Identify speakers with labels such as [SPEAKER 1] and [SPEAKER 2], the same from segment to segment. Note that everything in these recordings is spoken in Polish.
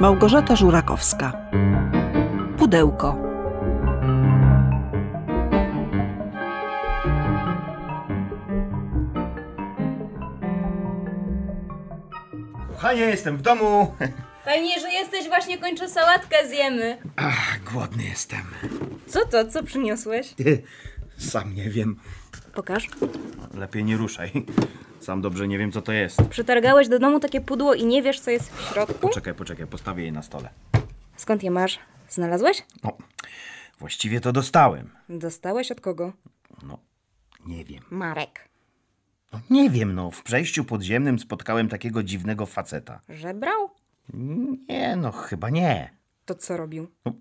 [SPEAKER 1] Małgorzata Żurakowska. Pudełko.
[SPEAKER 2] Kochanie, jestem w domu.
[SPEAKER 3] Fajnie, że jesteś, właśnie kończę sałatkę, zjemy.
[SPEAKER 2] Ach, głodny jestem.
[SPEAKER 3] Co to, co przyniosłeś?
[SPEAKER 2] Sam nie wiem.
[SPEAKER 3] Pokaż.
[SPEAKER 2] Lepiej nie ruszaj. Sam dobrze nie wiem, co to jest.
[SPEAKER 3] Przytargałeś do domu takie pudło i nie wiesz, co jest w środku?
[SPEAKER 2] Poczekaj, poczekaj, postawię je na stole.
[SPEAKER 3] Skąd je masz? Znalazłeś?
[SPEAKER 2] No, właściwie to dostałem.
[SPEAKER 3] Dostałeś od kogo?
[SPEAKER 2] No, nie wiem.
[SPEAKER 3] Marek.
[SPEAKER 2] No, nie wiem, no, w przejściu podziemnym spotkałem takiego dziwnego faceta.
[SPEAKER 3] Żebrał?
[SPEAKER 2] Nie, no, chyba nie.
[SPEAKER 3] To co robił?
[SPEAKER 2] No,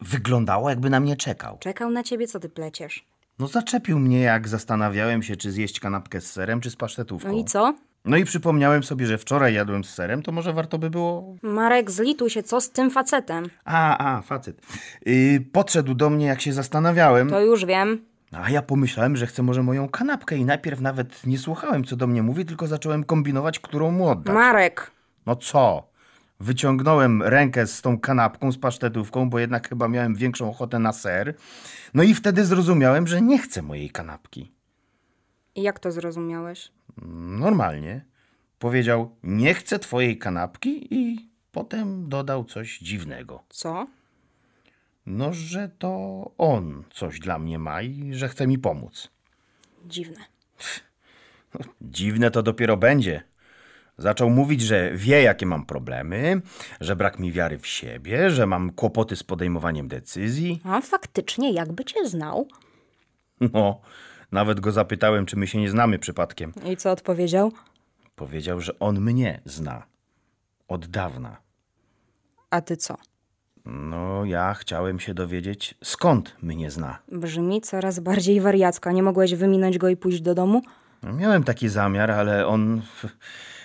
[SPEAKER 2] wyglądało, jakby na mnie czekał.
[SPEAKER 3] Czekał na ciebie, co ty pleciesz.
[SPEAKER 2] No, zaczepił mnie, jak zastanawiałem się, czy zjeść kanapkę z serem, czy z pasztetówką.
[SPEAKER 3] No i co?
[SPEAKER 2] No i przypomniałem sobie, że wczoraj jadłem z serem, to może warto by było
[SPEAKER 3] Marek, zlituj się, co z tym facetem?
[SPEAKER 2] A, a, facet. Yy, podszedł do mnie, jak się zastanawiałem, No,
[SPEAKER 3] To już wiem.
[SPEAKER 2] a ja pomyślałem, że chce może moją kanapkę i najpierw nawet nie słuchałem, co do mnie mówi, tylko zacząłem kombinować, którą mu oddać.
[SPEAKER 3] Marek.
[SPEAKER 2] No co? Wyciągnąłem rękę z tą kanapką, z pasztetówką, bo jednak chyba miałem większą ochotę na ser. No i wtedy zrozumiałem, że nie chcę mojej kanapki.
[SPEAKER 3] I Jak to zrozumiałeś?
[SPEAKER 2] Normalnie. Powiedział, nie chcę twojej kanapki i potem dodał coś dziwnego.
[SPEAKER 3] Co?
[SPEAKER 2] No, że to on coś dla mnie ma i że chce mi pomóc.
[SPEAKER 3] Dziwne.
[SPEAKER 2] Dziwne to dopiero będzie. Zaczął mówić, że wie, jakie mam problemy, że brak mi wiary w siebie, że mam kłopoty z podejmowaniem decyzji.
[SPEAKER 3] A No, faktycznie, jakby cię znał.
[SPEAKER 2] No, nawet go zapytałem, czy my się nie znamy przypadkiem.
[SPEAKER 3] I co odpowiedział?
[SPEAKER 2] Powiedział, że on mnie zna. Od dawna.
[SPEAKER 3] A ty co?
[SPEAKER 2] No, ja chciałem się dowiedzieć, skąd mnie zna.
[SPEAKER 3] Brzmi coraz bardziej wariacko. Nie mogłeś wyminąć go i pójść do domu?
[SPEAKER 2] No, Miałem taki zamiar, ale on f-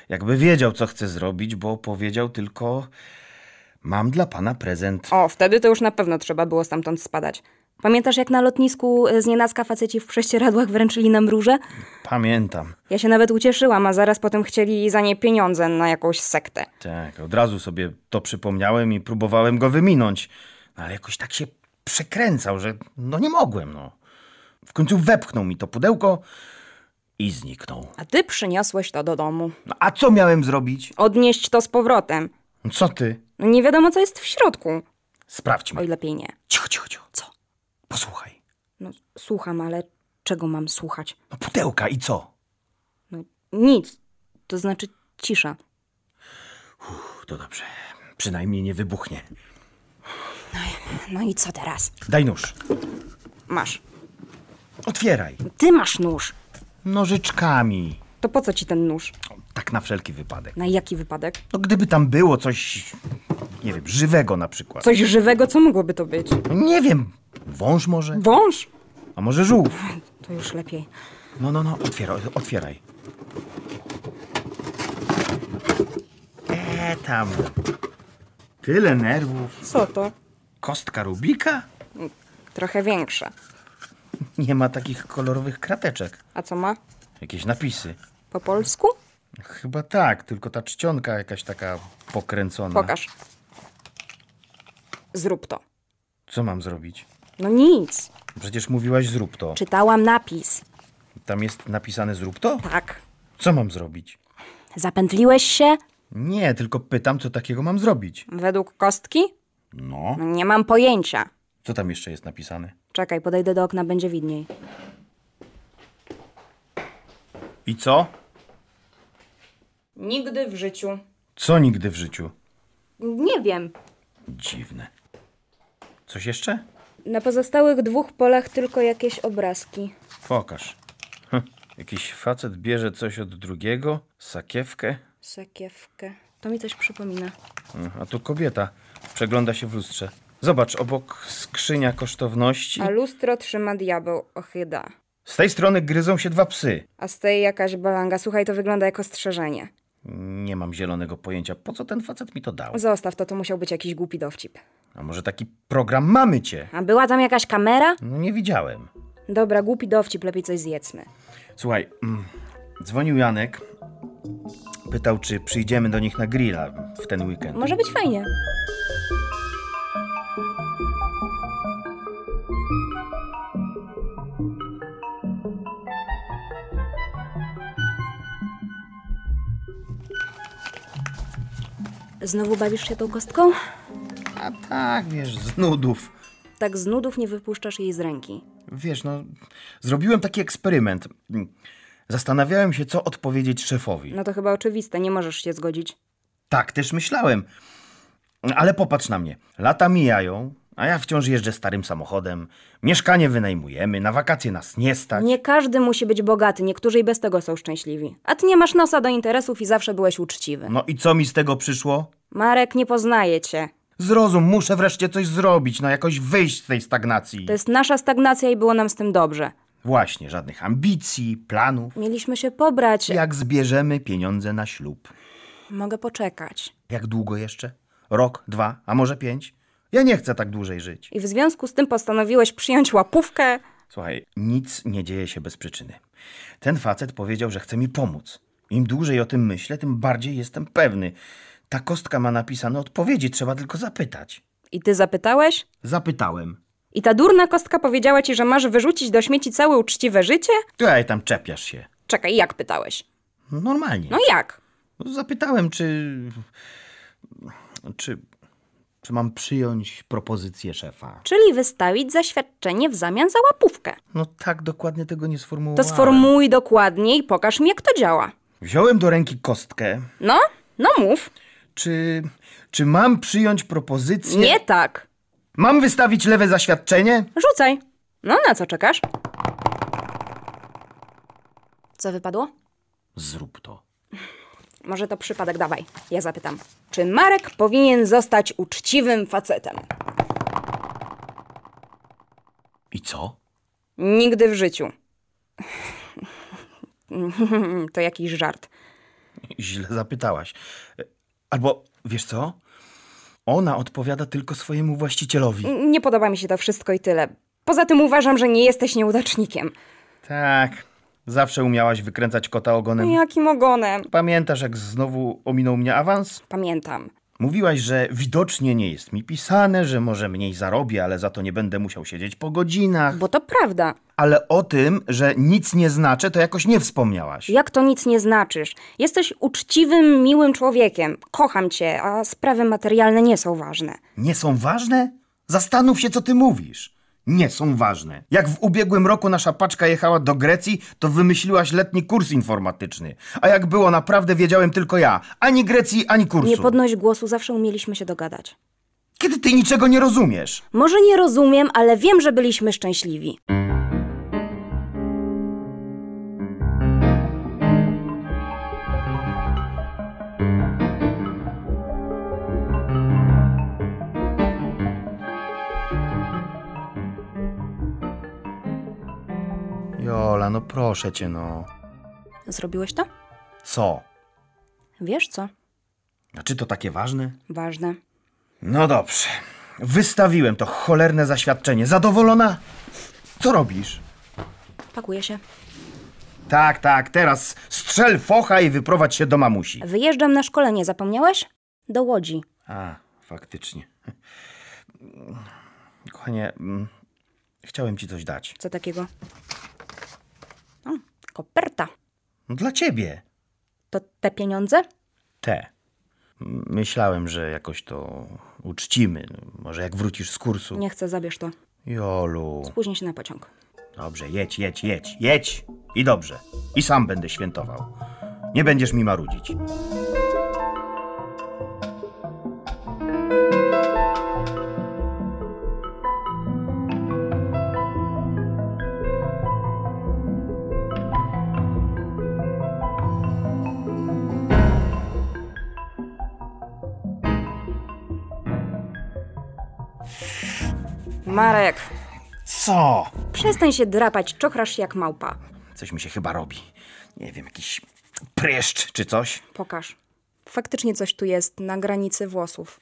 [SPEAKER 2] jakby wiedział, co chce zrobić, bo powiedział tylko: Mam dla pana prezent.
[SPEAKER 3] O, wtedy to już na pewno trzeba było stamtąd spadać. Pamiętasz, jak na lotnisku y, znienacka faceci w prześcieradłach wręczyli nam róże?
[SPEAKER 2] Pamiętam.
[SPEAKER 3] Ja się nawet ucieszyłam, a zaraz potem chcieli za nie pieniądze na jakąś sektę.
[SPEAKER 2] Tak, od razu sobie to przypomniałem i próbowałem go wyminąć, No, ale jakoś tak się przekręcał, że no nie mogłem, no. W końcu wepchnął mi to pudełko i zniknął.
[SPEAKER 3] A ty przyniosłeś to do domu.
[SPEAKER 2] No, a co miałem zrobić?
[SPEAKER 3] Odnieść to z powrotem.
[SPEAKER 2] No, Co ty?
[SPEAKER 3] No Nie wiadomo, co jest w środku.
[SPEAKER 2] Sprawdźmy.
[SPEAKER 3] Oj, lepiej nie.
[SPEAKER 2] Cicho, cicho, cicho.
[SPEAKER 3] Co?
[SPEAKER 2] Posłuchaj.
[SPEAKER 3] No, słucham, ale czego mam słuchać?
[SPEAKER 2] No pudełka i co?
[SPEAKER 3] No, nic. To znaczy cisza.
[SPEAKER 2] Uff, to dobrze. Przynajmniej nie wybuchnie.
[SPEAKER 3] No i co teraz?
[SPEAKER 2] Daj nóż.
[SPEAKER 3] Masz.
[SPEAKER 2] Otwieraj.
[SPEAKER 3] Ty masz nóż.
[SPEAKER 2] Nożyczkami.
[SPEAKER 3] To po co ci ten nóż?
[SPEAKER 2] Tak na wszelki wypadek.
[SPEAKER 3] Na jaki wypadek?
[SPEAKER 2] No gdyby tam było coś, nie wiem, żywego na przykład.
[SPEAKER 3] Coś żywego, co mogłoby to być?
[SPEAKER 2] No nie wiem, wąż może?
[SPEAKER 3] Wąż?
[SPEAKER 2] A może żółw?
[SPEAKER 3] To już lepiej.
[SPEAKER 2] No, no, no, otwieraj, otwieraj. E tam. Tyle nerwów.
[SPEAKER 3] Co to?
[SPEAKER 2] Kostka Rubika?
[SPEAKER 3] Trochę większe.
[SPEAKER 2] Nie ma takich kolorowych krateczek.
[SPEAKER 3] A co ma?
[SPEAKER 2] Jakieś napisy.
[SPEAKER 3] Po polsku?
[SPEAKER 2] Chyba tak, tylko ta czcionka jakaś taka pokręcona.
[SPEAKER 3] Pokaż. Zrób to.
[SPEAKER 2] Co mam zrobić?
[SPEAKER 3] No nic.
[SPEAKER 2] Przecież mówiłaś zrób to.
[SPEAKER 3] Czytałam napis.
[SPEAKER 2] Tam jest napisane zrób to?
[SPEAKER 3] Tak.
[SPEAKER 2] Co mam zrobić?
[SPEAKER 3] Zapętliłeś się?
[SPEAKER 2] Nie, tylko pytam, co takiego mam zrobić.
[SPEAKER 3] Według kostki?
[SPEAKER 2] No.
[SPEAKER 3] No Nie mam pojęcia.
[SPEAKER 2] Co tam jeszcze jest napisane?
[SPEAKER 3] Czekaj, podejdę do okna, będzie widniej.
[SPEAKER 2] I co?
[SPEAKER 3] Nigdy w życiu.
[SPEAKER 2] Co nigdy w życiu?
[SPEAKER 3] Nie wiem.
[SPEAKER 2] Dziwne. Coś jeszcze?
[SPEAKER 3] Na pozostałych dwóch polach tylko jakieś obrazki.
[SPEAKER 2] Pokaż. Hm. Jakiś facet bierze coś od drugiego, sakiewkę,
[SPEAKER 3] Sakiewkę. To mi coś przypomina.
[SPEAKER 2] Mm, a tu kobieta przegląda się w lustrze. Zobacz, obok skrzynia kosztowności.
[SPEAKER 3] A lustro trzyma diabeł, ochyda.
[SPEAKER 2] Z tej strony gryzą się dwa psy.
[SPEAKER 3] A z tej jakaś balanga. Słuchaj, to wygląda jak ostrzeżenie.
[SPEAKER 2] Nie mam zielonego pojęcia, po co ten facet mi to dał.
[SPEAKER 3] Zostaw to, to musiał być jakiś głupi dowcip.
[SPEAKER 2] A może taki program mamy cię?
[SPEAKER 3] A była tam jakaś kamera?
[SPEAKER 2] No nie widziałem.
[SPEAKER 3] Dobra, głupi dowcip, lepiej coś zjedzmy.
[SPEAKER 2] Słuchaj, mm, dzwonił Janek. Pytał, czy przyjdziemy do nich na grilla w ten weekend.
[SPEAKER 3] Może być fajnie. Znowu bawisz się tą kostką?
[SPEAKER 2] A tak, wiesz, z nudów.
[SPEAKER 3] Tak z nudów nie wypuszczasz jej z ręki.
[SPEAKER 2] Wiesz, no, zrobiłem taki eksperyment. Zastanawiałem się, co odpowiedzieć szefowi.
[SPEAKER 3] No to chyba oczywiste, nie możesz się zgodzić.
[SPEAKER 2] Tak też myślałem. Ale popatrz na mnie. Lata mijają, a ja wciąż jeżdżę starym samochodem. Mieszkanie wynajmujemy, na wakacje nas nie stać.
[SPEAKER 3] Nie każdy musi być bogaty, niektórzy i bez tego są szczęśliwi. A ty nie masz nosa do interesów i zawsze byłeś uczciwy.
[SPEAKER 2] No i co mi z tego przyszło?
[SPEAKER 3] Marek, nie poznaje cię.
[SPEAKER 2] Zrozum, muszę wreszcie coś zrobić, no jakoś wyjść z tej stagnacji.
[SPEAKER 3] To jest nasza stagnacja i było nam z tym dobrze.
[SPEAKER 2] Właśnie, żadnych ambicji, planów.
[SPEAKER 3] Mieliśmy się pobrać.
[SPEAKER 2] Jak zbierzemy pieniądze na ślub?
[SPEAKER 3] Mogę poczekać.
[SPEAKER 2] Jak długo jeszcze? Rok, dwa, a może pięć? Ja nie chcę tak dłużej żyć.
[SPEAKER 3] I w związku z tym postanowiłeś przyjąć łapówkę.
[SPEAKER 2] Słuchaj, nic nie dzieje się bez przyczyny. Ten facet powiedział, że chce mi pomóc. Im dłużej o tym myślę, tym bardziej jestem pewny. Ta kostka ma napisane odpowiedzi, trzeba tylko zapytać.
[SPEAKER 3] I ty zapytałeś?
[SPEAKER 2] Zapytałem.
[SPEAKER 3] I ta durna kostka powiedziała ci, że masz wyrzucić do śmieci całe uczciwe życie?
[SPEAKER 2] Tutaj tam czepiasz się.
[SPEAKER 3] Czekaj, jak pytałeś?
[SPEAKER 2] Normalnie.
[SPEAKER 3] No jak?
[SPEAKER 2] Zapytałem, czy. czy. czy mam przyjąć propozycję szefa.
[SPEAKER 3] Czyli wystawić zaświadczenie w zamian za łapówkę.
[SPEAKER 2] No tak dokładnie tego nie sformułowałem.
[SPEAKER 3] To sformułuj dokładnie i pokaż mi, jak to działa.
[SPEAKER 2] Wziąłem do ręki kostkę.
[SPEAKER 3] No, no mów.
[SPEAKER 2] Czy. czy mam przyjąć propozycję?
[SPEAKER 3] Nie tak.
[SPEAKER 2] Mam wystawić lewe zaświadczenie?
[SPEAKER 3] Rzucaj. No, na co czekasz? Co wypadło?
[SPEAKER 2] Zrób to.
[SPEAKER 3] Może to przypadek, dawaj. Ja zapytam. Czy Marek powinien zostać uczciwym facetem?
[SPEAKER 2] I co?
[SPEAKER 3] Nigdy w życiu. to jakiś żart.
[SPEAKER 2] Źle zapytałaś. E, Albo wiesz co? Ona odpowiada tylko swojemu właścicielowi.
[SPEAKER 3] Nie podoba mi się to wszystko i tyle. Poza tym uważam, że nie jesteś nieudacznikiem.
[SPEAKER 2] Tak. Zawsze umiałaś wykręcać kota ogonem.
[SPEAKER 3] Jakim ogonem?
[SPEAKER 2] Pamiętasz, jak znowu ominął mnie awans?
[SPEAKER 3] Pamiętam.
[SPEAKER 2] Mówiłaś, że widocznie nie jest mi pisane, że może mniej zarobię, ale za to nie będę musiał siedzieć po godzinach.
[SPEAKER 3] Bo to prawda.
[SPEAKER 2] Ale o tym, że nic nie znaczę, to jakoś nie wspomniałaś.
[SPEAKER 3] Jak to nic nie znaczysz? Jesteś uczciwym, miłym człowiekiem. Kocham cię, a sprawy materialne nie są ważne.
[SPEAKER 2] Nie są ważne? Zastanów się, co ty mówisz. Nie są ważne. Jak w ubiegłym roku nasza paczka jechała do Grecji, to wymyśliłaś letni kurs informatyczny. A jak było naprawdę, wiedziałem tylko ja. Ani Grecji, ani kursu.
[SPEAKER 3] Nie podnoś głosu, zawsze umieliśmy się dogadać.
[SPEAKER 2] Kiedy ty niczego nie rozumiesz?
[SPEAKER 3] Może nie rozumiem, ale wiem, że byliśmy szczęśliwi.
[SPEAKER 2] Jola, no proszę cię, no.
[SPEAKER 3] Zrobiłeś to?
[SPEAKER 2] Co?
[SPEAKER 3] Wiesz co?
[SPEAKER 2] A czy to takie ważne?
[SPEAKER 3] Ważne.
[SPEAKER 2] No dobrze. Wystawiłem to cholerne zaświadczenie. Zadowolona? Co robisz?
[SPEAKER 3] Pakuję się.
[SPEAKER 2] Tak, tak, teraz strzel focha i wyprowadź się do mamusi.
[SPEAKER 3] Wyjeżdżam na szkolenie, zapomniałeś? Do Łodzi.
[SPEAKER 2] A, faktycznie. Kochanie, mm, chciałem ci coś dać.
[SPEAKER 3] Co takiego? O, koperta.
[SPEAKER 2] No, dla ciebie.
[SPEAKER 3] To te pieniądze?
[SPEAKER 2] Te. M- Myślałem, że jakoś to uczcimy. No, Może jak wrócisz z kursu.
[SPEAKER 3] Nie chcę, zabierz to.
[SPEAKER 2] Jolu.
[SPEAKER 3] Spóźnię się na pociąg.
[SPEAKER 2] Dobrze, jedź, jedź, jedź, jedź. I dobrze. I sam będę świętował. Nie będziesz mi marudzić.
[SPEAKER 3] Marek,
[SPEAKER 2] Co?
[SPEAKER 3] przestań się drapać, czochrasz jak małpa.
[SPEAKER 2] Coś mi się chyba robi. Nie wiem, jakiś pryszcz czy coś.
[SPEAKER 3] Pokaż. Faktycznie coś tu jest na granicy włosów.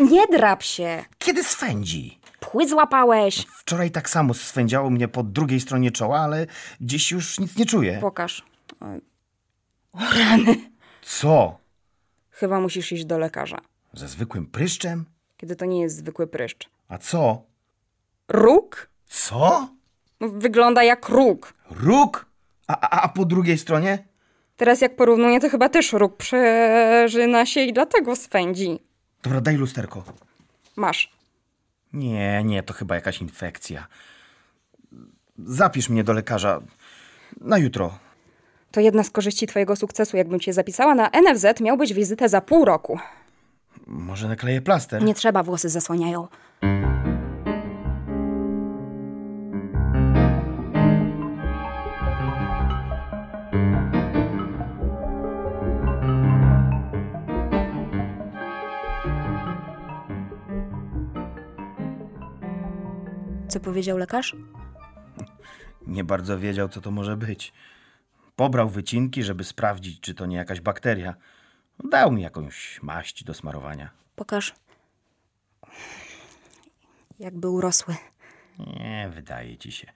[SPEAKER 3] Nie drap się!
[SPEAKER 2] Kiedy swędzi?
[SPEAKER 3] Pchły złapałeś!
[SPEAKER 2] Wczoraj tak samo swędziało mnie po drugiej stronie czoła, ale dziś już nic nie czuję.
[SPEAKER 3] Pokaż. Oj,
[SPEAKER 2] Co?
[SPEAKER 3] Chyba musisz iść do lekarza.
[SPEAKER 2] Ze zwykłym pryszczem?
[SPEAKER 3] kiedy to nie jest zwykły pryszcz.
[SPEAKER 2] A co?
[SPEAKER 3] Róg?
[SPEAKER 2] Co?
[SPEAKER 3] No, Wygląda jak róg.
[SPEAKER 2] Róg? A, a, a po drugiej stronie?
[SPEAKER 3] Teraz jak porównuję, to chyba też róg przeżyna się i dlatego swędzi.
[SPEAKER 2] Dobra, daj lusterko.
[SPEAKER 3] Masz.
[SPEAKER 2] Nie, nie, to chyba jakaś infekcja. Zapisz mnie do lekarza na jutro.
[SPEAKER 3] To jedna z korzyści twojego sukcesu. Jakbym cię zapisała na NFZ, miałbyś wizytę za pół roku.
[SPEAKER 2] Może nakleję plaster?
[SPEAKER 3] Nie trzeba, włosy zasłaniają. Co powiedział lekarz?
[SPEAKER 2] Nie bardzo wiedział, co to może być. Pobrał wycinki, żeby sprawdzić, czy to nie jakaś bakteria. Dał mi jakąś maść do smarowania.
[SPEAKER 3] Pokaż. Jakby urosły.
[SPEAKER 2] Nie, wydaje ci się.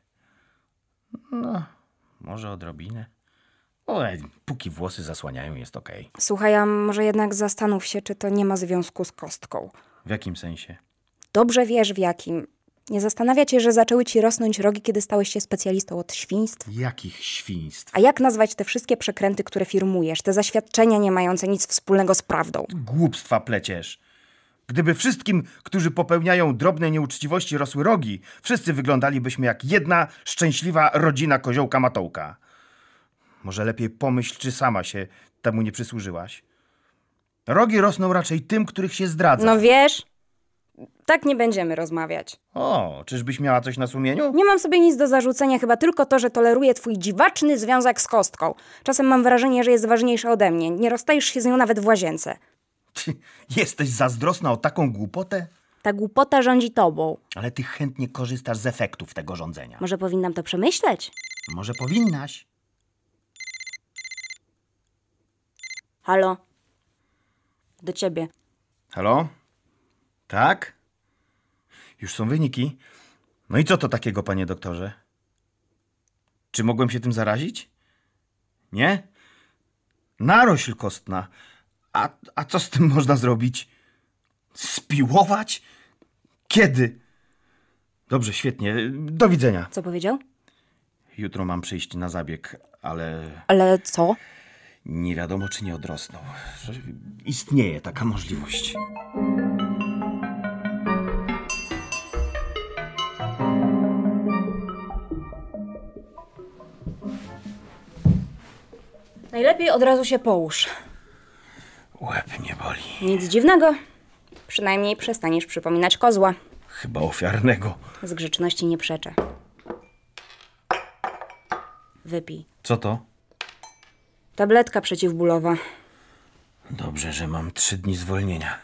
[SPEAKER 2] No, może odrobinę. O, póki włosy zasłaniają, jest okej.
[SPEAKER 3] Słuchaj, a może jednak zastanów się, czy to nie ma związku z kostką.
[SPEAKER 2] W jakim sensie?
[SPEAKER 3] Dobrze wiesz w jakim. Nie zastanawia cię, że zaczęły ci rosnąć rogi, kiedy stałeś się specjalistą od świństw?
[SPEAKER 2] Jakich świństw?
[SPEAKER 3] A jak nazwać te wszystkie przekręty, które firmujesz, te zaświadczenia nie mające nic wspólnego z prawdą?
[SPEAKER 2] Głupstwa pleciesz. Gdyby wszystkim, którzy popełniają drobne nieuczciwości, rosły rogi, wszyscy wyglądalibyśmy jak jedna szczęśliwa rodzina koziołka Matołka. Może lepiej pomyśl, czy sama się temu nie przysłużyłaś. Rogi rosną raczej tym, których się zdradza.
[SPEAKER 3] No wiesz, tak nie będziemy rozmawiać.
[SPEAKER 2] O, czyżbyś miała coś na sumieniu?
[SPEAKER 3] Nie mam sobie nic do zarzucenia, chyba tylko to, że toleruję twój dziwaczny związek z kostką. Czasem mam wrażenie, że jest ważniejsza ode mnie. Nie rozstajesz się z nią nawet w łazience.
[SPEAKER 2] Ty, jesteś zazdrosna o taką głupotę?
[SPEAKER 3] Ta głupota rządzi tobą.
[SPEAKER 2] Ale ty chętnie korzystasz z efektów tego rządzenia.
[SPEAKER 3] Może powinnam to przemyśleć?
[SPEAKER 2] Może powinnaś?
[SPEAKER 3] Halo. Do ciebie.
[SPEAKER 2] Halo? Tak? Już są wyniki. No i co to takiego, panie doktorze? Czy mogłem się tym zarazić? Nie? Narośl kostna. A, a co z tym można zrobić? Spiłować? Kiedy? Dobrze, świetnie. Do widzenia.
[SPEAKER 3] Co powiedział?
[SPEAKER 2] Jutro mam przyjść na zabieg, ale
[SPEAKER 3] Ale co?
[SPEAKER 2] nie wiadomo, czy nie odrosną. Istnieje taka możliwość.
[SPEAKER 3] Najlepiej od razu się połóż.
[SPEAKER 2] Łeb nie boli.
[SPEAKER 3] Nic dziwnego. Przynajmniej przestaniesz przypominać kozła.
[SPEAKER 2] Chyba ofiarnego.
[SPEAKER 3] Z grzeczności nie przeczę. Wypij.
[SPEAKER 2] Co to?
[SPEAKER 3] Tabletka przeciwbólowa.
[SPEAKER 2] Dobrze, że mam trzy dni zwolnienia.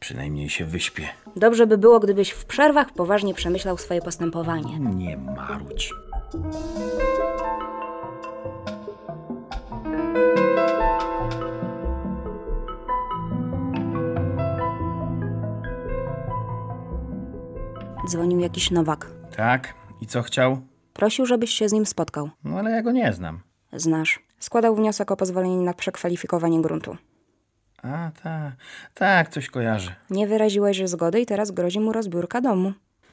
[SPEAKER 2] Przynajmniej się wyśpię.
[SPEAKER 3] Dobrze by było, gdybyś w przerwach poważnie przemyślał swoje postępowanie.
[SPEAKER 2] Nie marudź.
[SPEAKER 3] Dzwonił jakiś Nowak.
[SPEAKER 2] Tak? I co chciał?
[SPEAKER 3] Prosił, żebyś się z nim spotkał.
[SPEAKER 2] No ale ja go nie znam.
[SPEAKER 3] Znasz. Składał wniosek o pozwolenie na przekwalifikowanie gruntu.
[SPEAKER 2] A, tak. Tak, coś kojarzy.
[SPEAKER 3] Nie wyraziłeś zgody i teraz grozi mu rozbiórka domu.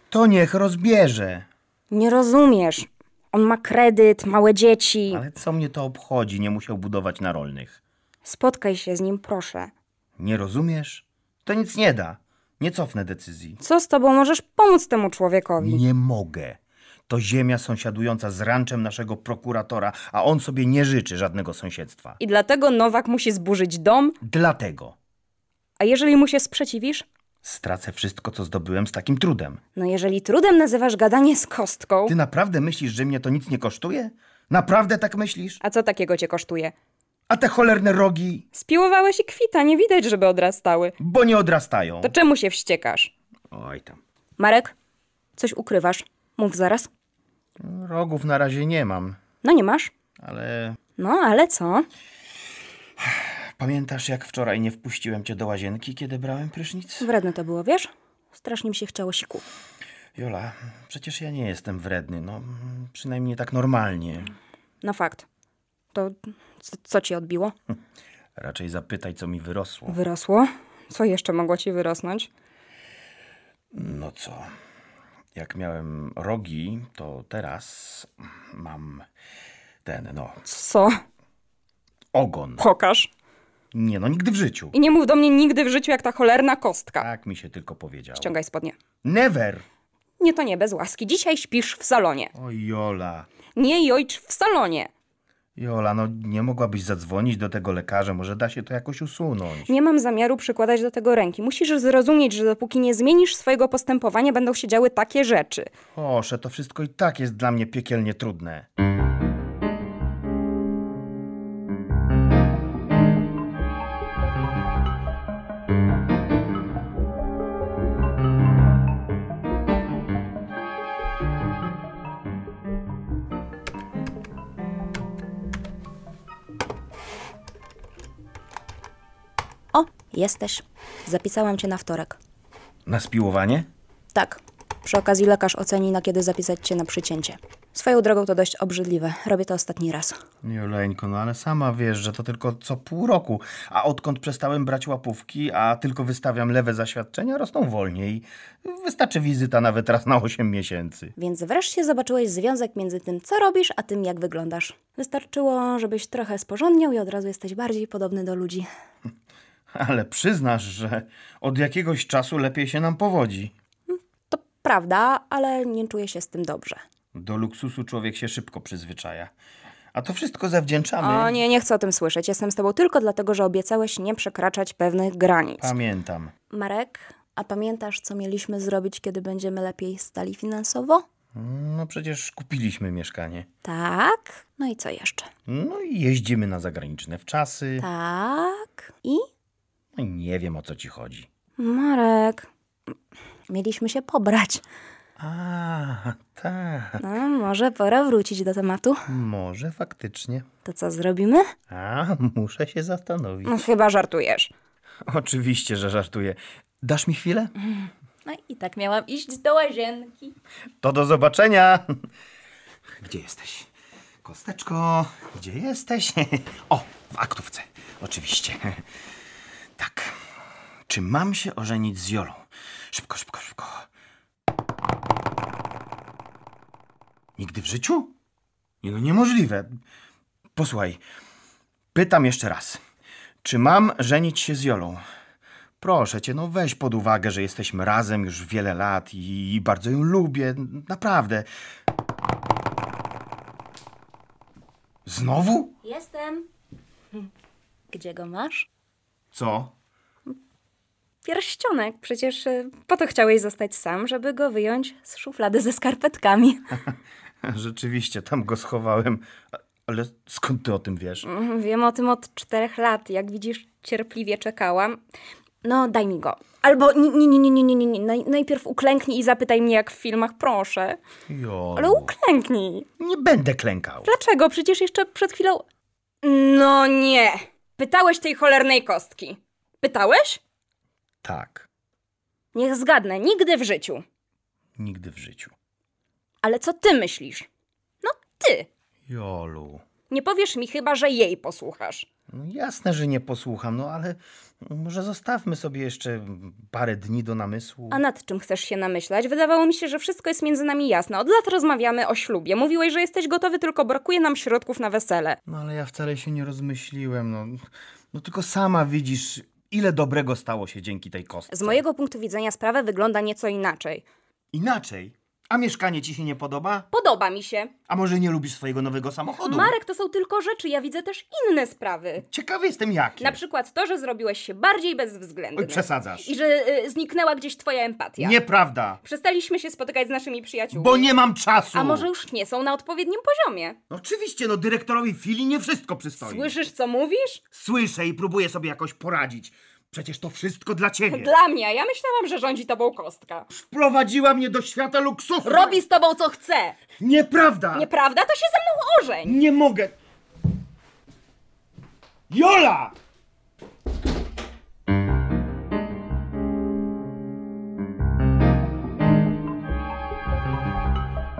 [SPEAKER 2] To niech rozbierze.
[SPEAKER 3] Nie rozumiesz. On ma kredyt, małe dzieci.
[SPEAKER 2] Ale co mnie to obchodzi? Nie musiał budować na rolnych.
[SPEAKER 3] Spotkaj się z nim, proszę.
[SPEAKER 2] Nie rozumiesz? To nic nie da. Nie cofnę decyzji.
[SPEAKER 3] Co z tobą możesz pomóc temu człowiekowi?
[SPEAKER 2] Nie mogę. To ziemia sąsiadująca z ranczem naszego prokuratora, a on sobie nie życzy żadnego sąsiedztwa.
[SPEAKER 3] I dlatego Nowak musi zburzyć dom,
[SPEAKER 2] Dlatego
[SPEAKER 3] a jeżeli mu się sprzeciwisz?
[SPEAKER 2] stracę wszystko, co zdobyłem z takim trudem.
[SPEAKER 3] No jeżeli trudem nazywasz gadanie z kostką,
[SPEAKER 2] Ty naprawdę myślisz, że mnie to nic nie kosztuje? Naprawdę tak myślisz?
[SPEAKER 3] a co takiego cię kosztuje?
[SPEAKER 2] A te cholerne rogi,
[SPEAKER 3] Spiłowałeś i kwita, nie widać, żeby odrastały.
[SPEAKER 2] bo nie odrastają.
[SPEAKER 3] To czemu się wściekasz?
[SPEAKER 2] Oj tam.
[SPEAKER 3] Marek, coś ukrywasz. Mów zaraz.
[SPEAKER 2] Rogów na razie nie mam,
[SPEAKER 3] No nie masz?
[SPEAKER 2] ale
[SPEAKER 3] No, ale co?
[SPEAKER 2] pamiętasz jak wczoraj nie wpuściłem cię do łazienki, kiedy brałem prysznic?
[SPEAKER 3] Wredne to było, wiesz? Strasznie mi się chciało siku.
[SPEAKER 2] Jola, przecież ja nie jestem wredny, no mm, przynajmniej tak normalnie.
[SPEAKER 3] No fakt. To co, co ci odbiło?
[SPEAKER 2] Raczej zapytaj, co mi wyrosło.
[SPEAKER 3] Wyrosło? Co jeszcze mogło ci wyrosnąć?
[SPEAKER 2] No co? Jak miałem rogi, to teraz mam ten, no,
[SPEAKER 3] Co?
[SPEAKER 2] ogon.
[SPEAKER 3] Pokaż.
[SPEAKER 2] Nie no, nigdy w życiu.
[SPEAKER 3] I nie mów do mnie nigdy w życiu jak ta cholerna kostka.
[SPEAKER 2] Tak mi się tylko powiedziało.
[SPEAKER 3] Ściągaj spodnie.
[SPEAKER 2] Never!
[SPEAKER 3] Nie to nie, bez łaski. Dzisiaj śpisz w salonie.
[SPEAKER 2] O Jola.
[SPEAKER 3] Nie jojcz w salonie.
[SPEAKER 2] Jola, no nie mogłabyś zadzwonić do tego lekarza, może da się to jakoś usunąć.
[SPEAKER 3] Nie mam zamiaru przykładać do tego ręki. Musisz zrozumieć, że dopóki nie zmienisz swojego postępowania, będą się działy takie rzeczy.
[SPEAKER 2] Proszę, to wszystko i tak jest dla mnie piekielnie trudne.
[SPEAKER 3] O, jesteś. Zapisałam cię na wtorek.
[SPEAKER 2] Na spiłowanie?
[SPEAKER 3] Tak. Przy okazji lekarz oceni, na kiedy zapisać cię na przycięcie. Swoją drogą to dość obrzydliwe. Robię to ostatni raz.
[SPEAKER 2] Joleńko, no ale sama wiesz, że to tylko co pół roku, a odkąd przestałem brać łapówki, a tylko wystawiam lewe zaświadczenia, rosną wolniej. Wystarczy wizyta nawet raz na 8 miesięcy.
[SPEAKER 3] Więc wreszcie zobaczyłeś związek między tym, co robisz, a tym, jak wyglądasz. Wystarczyło, żebyś trochę sporządniał i od razu jesteś bardziej podobny do ludzi.
[SPEAKER 2] Ale przyznasz, że od jakiegoś czasu lepiej się nam powodzi.
[SPEAKER 3] To prawda, ale nie czuję się z tym dobrze.
[SPEAKER 2] Do luksusu człowiek się szybko przyzwyczaja. A to wszystko zawdzięczamy.
[SPEAKER 3] O nie, nie chcę o tym słyszeć. Jestem z tobą tylko dlatego, że obiecałeś nie przekraczać pewnych granic.
[SPEAKER 2] Pamiętam.
[SPEAKER 3] Marek, a pamiętasz, co mieliśmy zrobić, kiedy będziemy lepiej stali finansowo?
[SPEAKER 2] No przecież kupiliśmy mieszkanie.
[SPEAKER 3] Tak. No i co jeszcze?
[SPEAKER 2] No i jeździmy na zagraniczne wczasy.
[SPEAKER 3] Tak. I?
[SPEAKER 2] No i nie wiem o co ci chodzi.
[SPEAKER 3] Marek. Mieliśmy się pobrać.
[SPEAKER 2] A, tak.
[SPEAKER 3] No, może pora wrócić do tematu.
[SPEAKER 2] Może faktycznie.
[SPEAKER 3] To co zrobimy?
[SPEAKER 2] A, muszę się zastanowić.
[SPEAKER 3] No, chyba żartujesz.
[SPEAKER 2] Oczywiście, że żartuję. Dasz mi chwilę?
[SPEAKER 3] No i tak miałam iść do łazienki.
[SPEAKER 2] To do zobaczenia. Gdzie jesteś? Kosteczko, gdzie jesteś? O, w aktówce. Oczywiście. Tak. Czy mam się ożenić z Jolą? Szybko, szybko, szybko. Nigdy w życiu? Nie no, niemożliwe. Posłuchaj, pytam jeszcze raz. Czy mam żenić się z Jolą? Proszę cię, no weź pod uwagę, że jesteśmy razem już wiele lat i, i bardzo ją lubię, naprawdę. Znowu?
[SPEAKER 3] Jestem. Hm. Gdzie go masz?
[SPEAKER 2] Co?
[SPEAKER 3] Pierścionek. Przecież y, po to chciałeś zostać sam, żeby go wyjąć z szuflady ze skarpetkami.
[SPEAKER 2] Rzeczywiście, tam go schowałem. A- Ale skąd ty o tym wiesz?
[SPEAKER 3] Mm, Wiem o tym od czterech lat. Jak widzisz, cierpliwie czekałam. No, daj mi go. Albo nie, nie, nie, nie, nie, nie, nie, nie. Naj, najpierw uklęknij i zapytaj mnie jak w filmach, proszę.
[SPEAKER 2] Jolu,
[SPEAKER 3] Ale uklęknij.
[SPEAKER 2] nie będę klękał.
[SPEAKER 3] Dlaczego? Przecież jeszcze przed chwilą... No nie. Pytałeś tej cholernej kostki. Pytałeś?
[SPEAKER 2] Tak,
[SPEAKER 3] Niech zgadnę, nigdy w życiu.
[SPEAKER 2] nigdy w życiu.
[SPEAKER 3] Ale co ty myślisz? No, ty.
[SPEAKER 2] Jolu,
[SPEAKER 3] Nie powiesz mi chyba, że jej posłuchasz.
[SPEAKER 2] no jasne, że nie posłucham, no ale może zostawmy sobie jeszcze parę dni do namysłu.
[SPEAKER 3] A nad czym chcesz się namyślać? Wydawało mi się, że wszystko jest między nami jasne. Od lat rozmawiamy o ślubie. Mówiłeś, że jesteś gotowy, tylko brakuje nam środków na wesele.
[SPEAKER 2] No ale ja wcale się nie rozmyśliłem, no. No tylko sama widzisz, ile dobrego stało się dzięki tej kostce.
[SPEAKER 3] Z mojego punktu widzenia sprawa wygląda nieco inaczej.
[SPEAKER 2] Inaczej. A mieszkanie ci się nie podoba?
[SPEAKER 3] Podoba mi się.
[SPEAKER 2] A może nie lubisz swojego nowego samochodu?
[SPEAKER 3] Marek, to są tylko rzeczy, ja widzę też inne sprawy.
[SPEAKER 2] Ciekawy jestem jaki.
[SPEAKER 3] Na przykład to, że zrobiłeś się bardziej bezwzględny.
[SPEAKER 2] Oj, przesadzasz.
[SPEAKER 3] I że y, zniknęła gdzieś twoja empatia.
[SPEAKER 2] Nieprawda.
[SPEAKER 3] Przestaliśmy się spotykać z naszymi przyjaciółmi.
[SPEAKER 2] Bo nie mam czasu.
[SPEAKER 3] A może już nie są na odpowiednim poziomie?
[SPEAKER 2] No Oczywiście, no dyrektorowi Fili nie wszystko przystoi.
[SPEAKER 3] Słyszysz, co mówisz?
[SPEAKER 2] Słyszę i próbuję sobie jakoś poradzić. Przecież to wszystko dla ciebie.
[SPEAKER 3] Dla mnie, a ja myślałam, że rządzi tobą kostka.
[SPEAKER 2] Wprowadziła mnie do świata luksusu.
[SPEAKER 3] Robi z tobą, co chce.
[SPEAKER 2] Nieprawda.
[SPEAKER 3] Nieprawda? To się ze mną ożeń!
[SPEAKER 2] Tak. Nie mogę. Jola! Jest pan.
[SPEAKER 4] Jestem.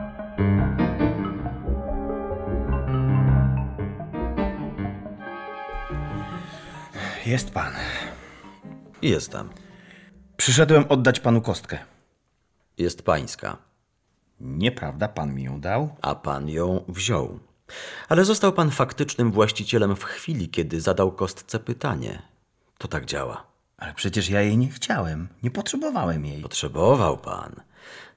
[SPEAKER 2] Przyszedłem oddać panu kostkę.
[SPEAKER 4] jest pańska,
[SPEAKER 2] Nieprawda, pan mi ją dał?
[SPEAKER 4] a pan ją wziął. Ale został pan faktycznym właścicielem w chwili, kiedy zadał kostce pytanie. To tak działa.
[SPEAKER 2] Ale przecież ja jej nie chciałem. Nie potrzebowałem jej.
[SPEAKER 4] Potrzebował pan.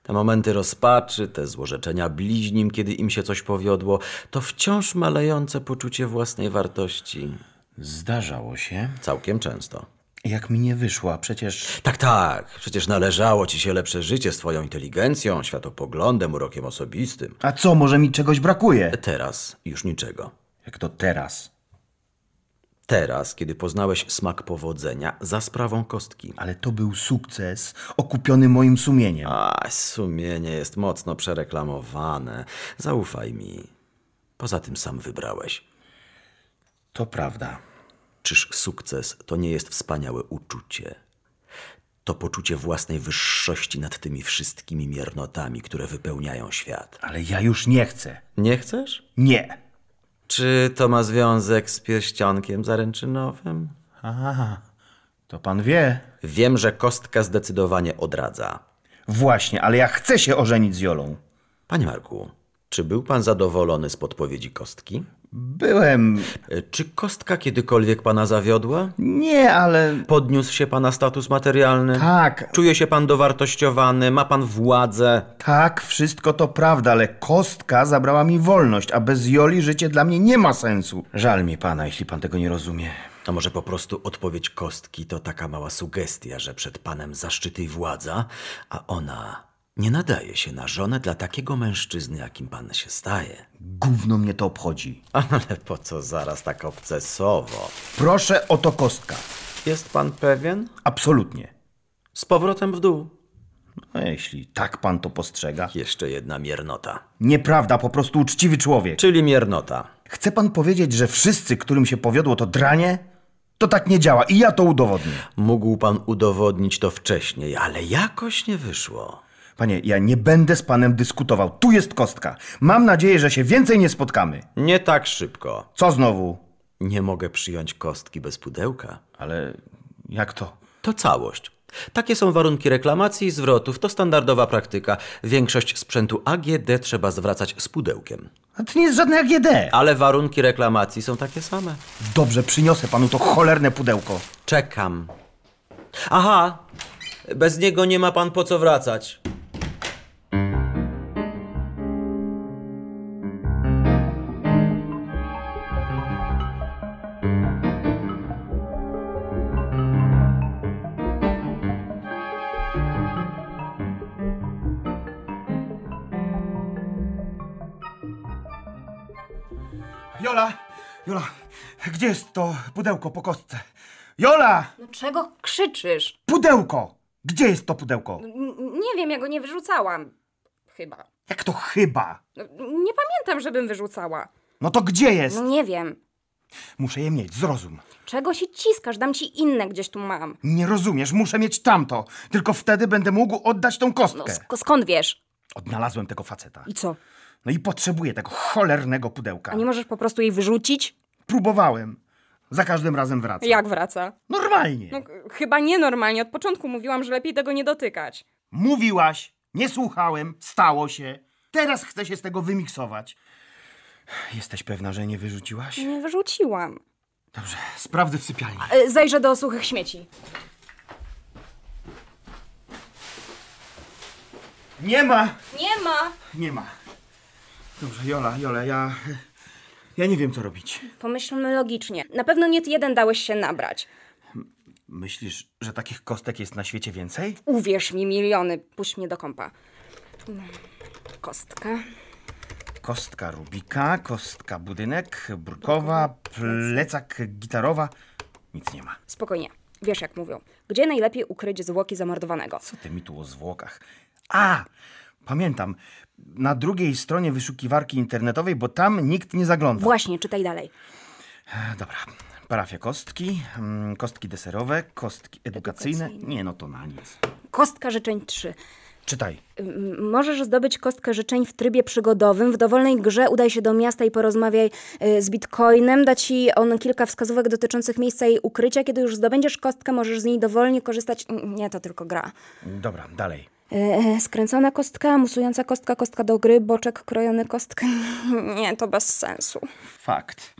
[SPEAKER 4] Te momenty rozpaczy, te złorzeczenia bliźnim, kiedy im się coś powiodło, to wciąż malejące poczucie własnej wartości.
[SPEAKER 2] Zdarzało się.
[SPEAKER 4] Całkiem często.
[SPEAKER 2] Jak mi nie wyszła, przecież
[SPEAKER 4] Tak, tak, przecież należało ci się lepsze życie z twoją inteligencją, światopoglądem, urokiem osobistym.
[SPEAKER 2] A co, może mi czegoś brakuje?
[SPEAKER 4] Teraz już niczego.
[SPEAKER 2] Jak to teraz?
[SPEAKER 4] Teraz, kiedy poznałeś smak powodzenia za sprawą kostki.
[SPEAKER 2] Ale to był sukces okupiony moim sumieniem.
[SPEAKER 4] A, sumienie jest mocno przereklamowane. Zaufaj mi. Poza tym sam wybrałeś.
[SPEAKER 2] To prawda.
[SPEAKER 4] Czyż sukces to nie jest wspaniałe uczucie? To poczucie własnej wyższości nad tymi wszystkimi miernotami, które wypełniają świat.
[SPEAKER 2] Ale ja już nie chcę.
[SPEAKER 4] Nie chcesz?
[SPEAKER 2] Nie.
[SPEAKER 4] Czy to ma związek z pierścionkiem zaręczynowym?
[SPEAKER 2] Aha, to pan wie.
[SPEAKER 4] Wiem, że kostka zdecydowanie odradza.
[SPEAKER 2] Właśnie, ale ja chcę się ożenić z Jolą.
[SPEAKER 4] Panie Marku, czy był pan zadowolony z podpowiedzi kostki?
[SPEAKER 2] Byłem.
[SPEAKER 4] E, Czy kostka kiedykolwiek pana zawiodła?
[SPEAKER 2] Nie, ale.
[SPEAKER 4] Podniósł się pana status materialny?
[SPEAKER 2] Tak,
[SPEAKER 4] Czuje się pan dowartościowany? Ma pan władzę?
[SPEAKER 2] tak, wszystko to prawda, ale kostka zabrała mi wolność, a bez Joli życie dla mnie nie ma sensu. Żal mi pana, jeśli pan tego nie rozumie.
[SPEAKER 4] A może po prostu odpowiedź kostki to taka mała sugestia, że przed panem zaszczyty i władza, a ona nie nadaje się na żonę dla takiego mężczyzny, jakim pan się staje.
[SPEAKER 2] Gówno mnie to obchodzi.
[SPEAKER 4] Ale po co zaraz tak obcesowo?
[SPEAKER 2] Proszę o to kostka.
[SPEAKER 4] Jest pan pewien?
[SPEAKER 2] Absolutnie.
[SPEAKER 4] Z powrotem w dół.
[SPEAKER 2] No jeśli tak pan to postrzega.
[SPEAKER 4] Jeszcze jedna miernota.
[SPEAKER 2] Nieprawda, po prostu uczciwy człowiek.
[SPEAKER 4] Czyli miernota.
[SPEAKER 2] Chce pan powiedzieć, że wszyscy, którym się powiodło to dranie? To tak nie działa i ja to udowodnię.
[SPEAKER 4] Mógł pan udowodnić to wcześniej, ale jakoś nie wyszło.
[SPEAKER 2] Panie, ja nie będę z panem dyskutował. Tu jest kostka. Mam nadzieję, że się więcej nie spotkamy.
[SPEAKER 4] Nie tak szybko.
[SPEAKER 2] Co znowu?
[SPEAKER 4] Nie mogę przyjąć kostki bez pudełka.
[SPEAKER 2] Ale jak to?
[SPEAKER 4] To całość. Takie są warunki reklamacji i zwrotów. To standardowa praktyka. Większość sprzętu AGD trzeba zwracać z pudełkiem.
[SPEAKER 2] A to nie jest żadne AGD.
[SPEAKER 4] Ale warunki reklamacji są takie same.
[SPEAKER 2] Dobrze, przyniosę panu to cholerne pudełko.
[SPEAKER 4] Czekam. Aha! Bez niego nie ma pan po co wracać.
[SPEAKER 2] Jola! Jola! Gdzie jest to pudełko po kostce? Jola!
[SPEAKER 3] No czego krzyczysz?
[SPEAKER 2] Pudełko! Gdzie jest to pudełko?
[SPEAKER 3] N- nie wiem, ja go nie wyrzucałam. Chyba.
[SPEAKER 2] Jak to chyba?
[SPEAKER 3] No, nie pamiętam, żebym wyrzucała.
[SPEAKER 2] No to gdzie jest?
[SPEAKER 3] No nie wiem.
[SPEAKER 2] Muszę je mieć, zrozum.
[SPEAKER 3] Czego się ciskasz? Dam ci inne gdzieś tu mam.
[SPEAKER 2] Nie rozumiesz, muszę mieć tamto. Tylko wtedy będę mógł oddać tą
[SPEAKER 3] No,
[SPEAKER 2] kostkę.
[SPEAKER 3] sk- skąd wiesz?
[SPEAKER 2] Odnalazłem tego faceta.
[SPEAKER 3] I co?
[SPEAKER 2] No i potrzebuję tego cholernego pudełka.
[SPEAKER 3] A nie możesz po prostu jej wyrzucić?
[SPEAKER 2] Próbowałem. Za każdym razem wracam.
[SPEAKER 3] Jak wraca?
[SPEAKER 2] Normalnie.
[SPEAKER 3] No, k- chyba nienormalnie. Od początku mówiłam, że lepiej tego nie dotykać.
[SPEAKER 2] Mówiłaś, nie słuchałem, stało się. Teraz chcę się z tego wymiksować. Jesteś pewna, że nie wyrzuciłaś?
[SPEAKER 3] Nie wyrzuciłam.
[SPEAKER 2] Dobrze, sprawdzę w sypialni.
[SPEAKER 3] E, Zajrzę do suchych śmieci.
[SPEAKER 2] Nie ma!
[SPEAKER 3] Nie ma!
[SPEAKER 2] Nie ma. Dobrze, Jola, Jola, ja... Ja nie wiem, co robić.
[SPEAKER 3] Pomyślmy logicznie. Na pewno nie ty jeden dałeś się nabrać.
[SPEAKER 2] Myślisz, że takich kostek jest na świecie więcej?
[SPEAKER 3] Uwierz mi, miliony. Puść mnie do kąpa. Kostka.
[SPEAKER 2] Kostka Rubika, kostka budynek, brukowa, plecak gitarowa. Nic nie ma.
[SPEAKER 3] Spokojnie. Wiesz, jak mówią. Gdzie najlepiej ukryć zwłoki zamordowanego?
[SPEAKER 2] Co ty mi tu o zwłokach? A! Pamiętam. Na drugiej stronie wyszukiwarki internetowej, bo tam nikt nie zagląda.
[SPEAKER 3] Właśnie, czytaj dalej.
[SPEAKER 2] E, Dobra. Parafia kostki, mm, kostki deserowe, kostki edukacyjne.
[SPEAKER 3] Edukacyjne.
[SPEAKER 2] Nie, no to na nic.
[SPEAKER 3] Kostka życzeń 3.
[SPEAKER 2] Czytaj.
[SPEAKER 3] M- Możesz zdobyć kostkę życzeń w trybie przygodowym. W dowolnej grze udaj się do miasta i porozmawiaj y, z Bitcoinem. Da ci on kilka wskazówek dotyczących miejsca jej ukrycia. Kiedy już zdobędziesz kostkę, możesz z niej dowolnie korzystać. Mm, Nie, to tylko gra.
[SPEAKER 2] Dobra, dalej.
[SPEAKER 3] E, Skręcona kostka, musująca kostka, kostka do gry, boczek krojony kostkę. Nie, to bez sensu.
[SPEAKER 2] Fakt.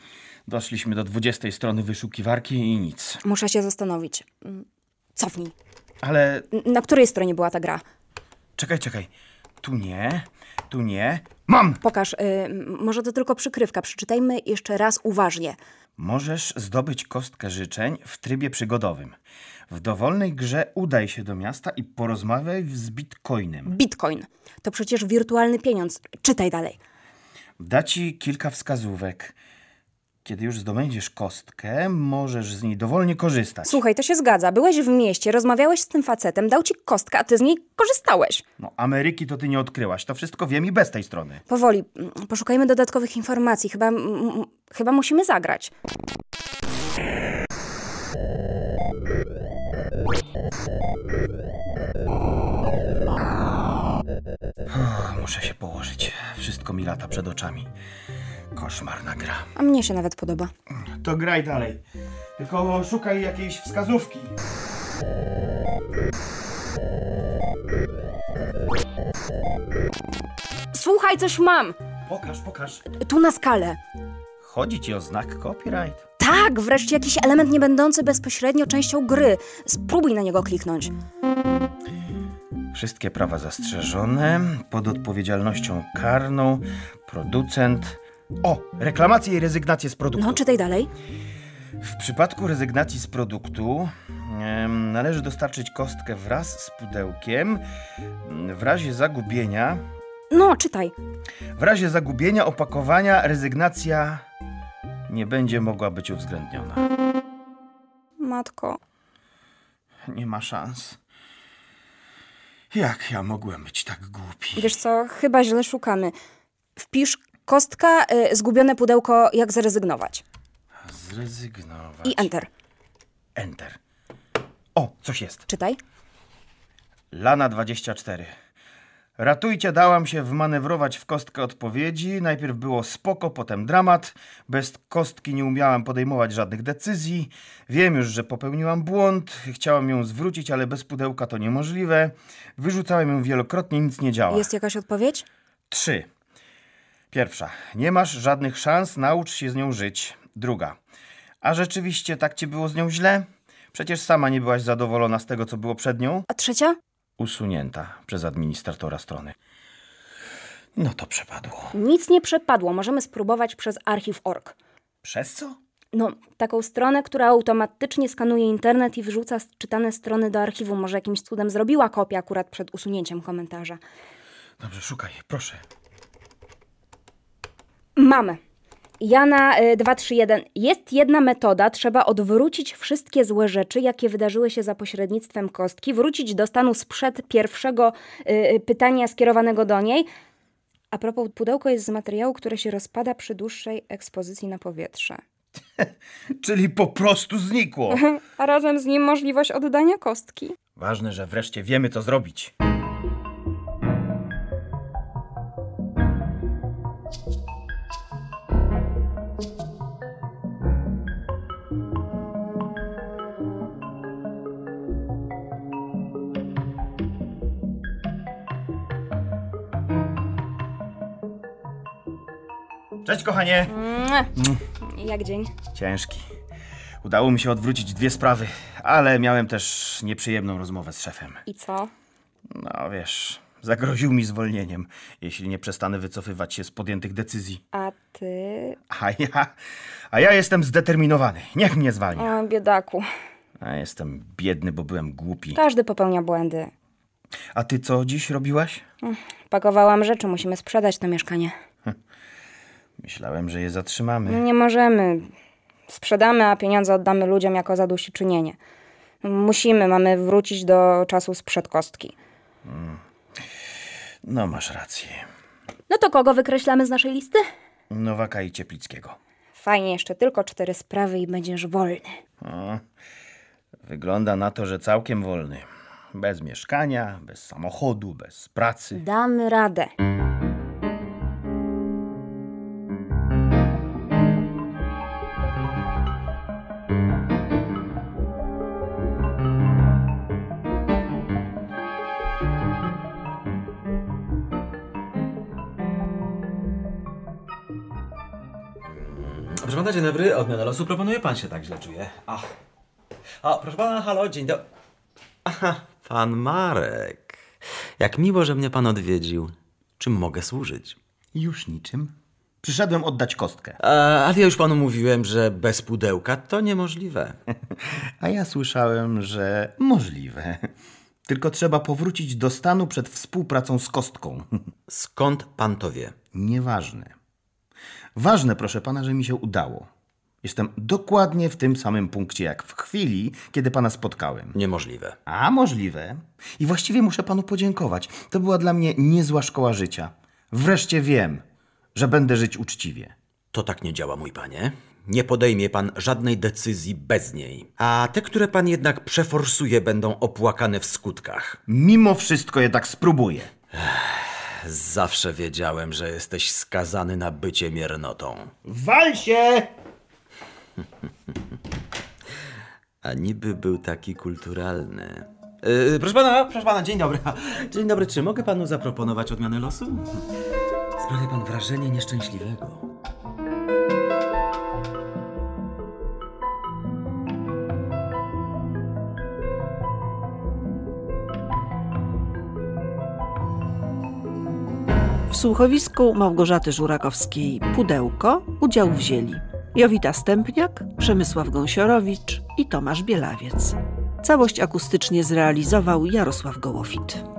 [SPEAKER 2] Doszliśmy do 20 strony wyszukiwarki i nic.
[SPEAKER 3] Muszę się zastanowić. Mm, Cofnij.
[SPEAKER 2] Ale
[SPEAKER 3] N- Na której stronie była ta gra?
[SPEAKER 2] czekaj, czekaj. Tu nie, tu nie. Mam!
[SPEAKER 3] Pokaż, y, m- może to tylko przykrywka. Przeczytajmy jeszcze raz uważnie.
[SPEAKER 2] Możesz zdobyć kostkę życzeń w trybie przygodowym. W dowolnej grze udaj się do miasta i porozmawiaj z Bitcoinem.
[SPEAKER 3] Bitcoin. To przecież wirtualny pieniądz. Czytaj dalej.
[SPEAKER 2] Da ci kilka wskazówek. Kiedy już zdobędziesz kostkę, możesz z niej dowolnie korzystać.
[SPEAKER 3] Słuchaj, to się zgadza. Byłeś w mieście, rozmawiałeś z tym facetem, dał ci kostkę, a ty z niej korzystałeś.
[SPEAKER 2] No, Ameryki to ty nie odkryłaś, to wszystko wiem i bez tej strony.
[SPEAKER 3] Powoli, m, poszukajmy dodatkowych informacji. Chyba, m, m, chyba musimy zagrać.
[SPEAKER 2] A muszę się położyć. Wszystko mi lata przed oczami. Koszmarna gra.
[SPEAKER 3] A mnie się nawet podoba.
[SPEAKER 2] To graj dalej. Tylko szukaj jakiejś wskazówki.
[SPEAKER 3] Słuchaj, coś mam!
[SPEAKER 2] Pokaż, pokaż.
[SPEAKER 3] Tu na skalę.
[SPEAKER 2] Chodzi ci o znak copyright.
[SPEAKER 3] Tak, wreszcie jakiś element nie będący bezpośrednio częścią gry. Spróbuj na niego kliknąć.
[SPEAKER 2] Wszystkie prawa zastrzeżone, pod odpowiedzialnością karną, producent. O, reklamację i rezygnację z produktu.
[SPEAKER 3] No, czytaj dalej.
[SPEAKER 2] W przypadku rezygnacji z produktu em, należy dostarczyć kostkę wraz z pudełkiem. W razie zagubienia,
[SPEAKER 3] No, czytaj.
[SPEAKER 2] w razie zagubienia opakowania rezygnacja nie będzie mogła być uwzględniona.
[SPEAKER 3] Matko.
[SPEAKER 2] Nie ma szans. Jak ja mogłem być tak głupi?
[SPEAKER 3] Wiesz co, chyba źle szukamy. Wpisz kostka, y, zgubione pudełko, jak zrezygnować.
[SPEAKER 2] Zrezygnować.
[SPEAKER 3] I enter.
[SPEAKER 2] Enter. O, coś jest.
[SPEAKER 3] Czytaj.
[SPEAKER 2] Lana 24. Ratujcie, dałam się wmanewrować w kostkę odpowiedzi. Najpierw było spoko, potem dramat. Bez kostki nie umiałam podejmować żadnych decyzji. Wiem już, że popełniłam błąd. Chciałam ją zwrócić, ale bez pudełka to niemożliwe. Wyrzucałem ją wielokrotnie, nic nie działa.
[SPEAKER 3] Jest jakaś odpowiedź?
[SPEAKER 2] Trzy. Pierwsza. Nie masz żadnych szans, naucz się z nią żyć. Druga. A rzeczywiście tak ci było z nią źle? Przecież sama nie byłaś zadowolona z tego, co było przed nią?
[SPEAKER 3] A trzecia?
[SPEAKER 2] Usunięta przez administratora strony. No to przepadło.
[SPEAKER 3] Nic nie przepadło. Możemy spróbować przez archiw.org.
[SPEAKER 2] Przez co?
[SPEAKER 3] No, taką stronę, która automatycznie skanuje internet i wyrzuca czytane strony do archiwum. Może jakimś cudem zrobiła kopię akurat przed usunięciem komentarza.
[SPEAKER 2] Dobrze, szukaj, proszę.
[SPEAKER 3] Mamy. Jana y, 231. Jest jedna metoda, trzeba odwrócić wszystkie złe rzeczy, jakie wydarzyły się za pośrednictwem kostki, wrócić do stanu sprzed pierwszego y, y, pytania skierowanego do niej. A propos, pudełko jest z materiału, które się rozpada przy dłuższej ekspozycji na powietrze.
[SPEAKER 2] Czyli po prostu znikło.
[SPEAKER 3] A razem z nim możliwość oddania kostki.
[SPEAKER 2] Ważne, że wreszcie wiemy, co zrobić. Cześć, kochanie!
[SPEAKER 3] Jak dzień?
[SPEAKER 2] Ciężki. Udało mi się odwrócić dwie sprawy, ale miałem też nieprzyjemną rozmowę z szefem.
[SPEAKER 3] I co?
[SPEAKER 2] No wiesz, zagroził mi zwolnieniem, jeśli nie przestanę wycofywać się z podjętych decyzji.
[SPEAKER 3] A ty?
[SPEAKER 2] A ja, a ja jestem zdeterminowany. Niech mnie zwalnia.
[SPEAKER 3] O, biedaku.
[SPEAKER 2] A jestem biedny, bo byłem głupi.
[SPEAKER 3] Każdy popełnia błędy.
[SPEAKER 2] A ty co dziś robiłaś?
[SPEAKER 3] Pakowałam rzeczy, musimy sprzedać to mieszkanie.
[SPEAKER 2] Myślałem, że je zatrzymamy.
[SPEAKER 3] Nie możemy. Sprzedamy, a pieniądze oddamy ludziom jako zadośćuczynienie. Musimy, mamy wrócić do czasu sprzed kostki.
[SPEAKER 2] No masz rację.
[SPEAKER 3] No to kogo wykreślamy z naszej listy?
[SPEAKER 2] Nowaka i Cieplickiego.
[SPEAKER 3] Fajnie, jeszcze tylko cztery sprawy i będziesz wolny.
[SPEAKER 2] O, wygląda na to, że całkiem wolny. Bez mieszkania, bez samochodu, bez pracy.
[SPEAKER 3] Damy radę.
[SPEAKER 5] pana, dzień dobry. Odmiana losu proponuje pan się tak źle czuje. Ach. O, proszę pana, halo, dzień dobry.
[SPEAKER 4] Aha, pan Marek. Jak miło, że mnie pan odwiedził. Czym mogę służyć?
[SPEAKER 2] Już niczym. Przyszedłem oddać kostkę.
[SPEAKER 4] E, ale ja już panu mówiłem, że bez pudełka to niemożliwe.
[SPEAKER 2] A ja słyszałem, że możliwe. Tylko trzeba powrócić do stanu przed współpracą z kostką.
[SPEAKER 4] Skąd pan to wie?
[SPEAKER 2] Nieważne. Ważne, proszę pana, że mi się udało. Jestem dokładnie w tym samym punkcie, jak w chwili, kiedy pana spotkałem.
[SPEAKER 4] Niemożliwe.
[SPEAKER 2] A możliwe. I właściwie muszę panu podziękować. To była dla mnie niezła szkoła życia. Wreszcie wiem, że będę żyć uczciwie.
[SPEAKER 4] To tak nie działa, mój panie. Nie podejmie pan żadnej decyzji bez niej. A te, które pan jednak przeforsuje, będą opłakane w skutkach.
[SPEAKER 2] Mimo wszystko jednak spróbuję.
[SPEAKER 4] Zawsze wiedziałem, że jesteś skazany na bycie miernotą.
[SPEAKER 2] Wal się!
[SPEAKER 4] A niby był taki kulturalny. E,
[SPEAKER 5] Yy, proszę pana, proszę pana, dzień dobry.
[SPEAKER 4] Dzień dobry, czy mogę panu zaproponować odmianę losu? Sprawia pan wrażenie nieszczęśliwego.
[SPEAKER 1] W słuchowisku Małgorzaty Żurakowskiej Pudełko udział wzięli Jowita Stępniak, Przemysław Gąsiorowicz i Tomasz Bielawiec. Całość akustycznie zrealizował Jarosław Gołofit.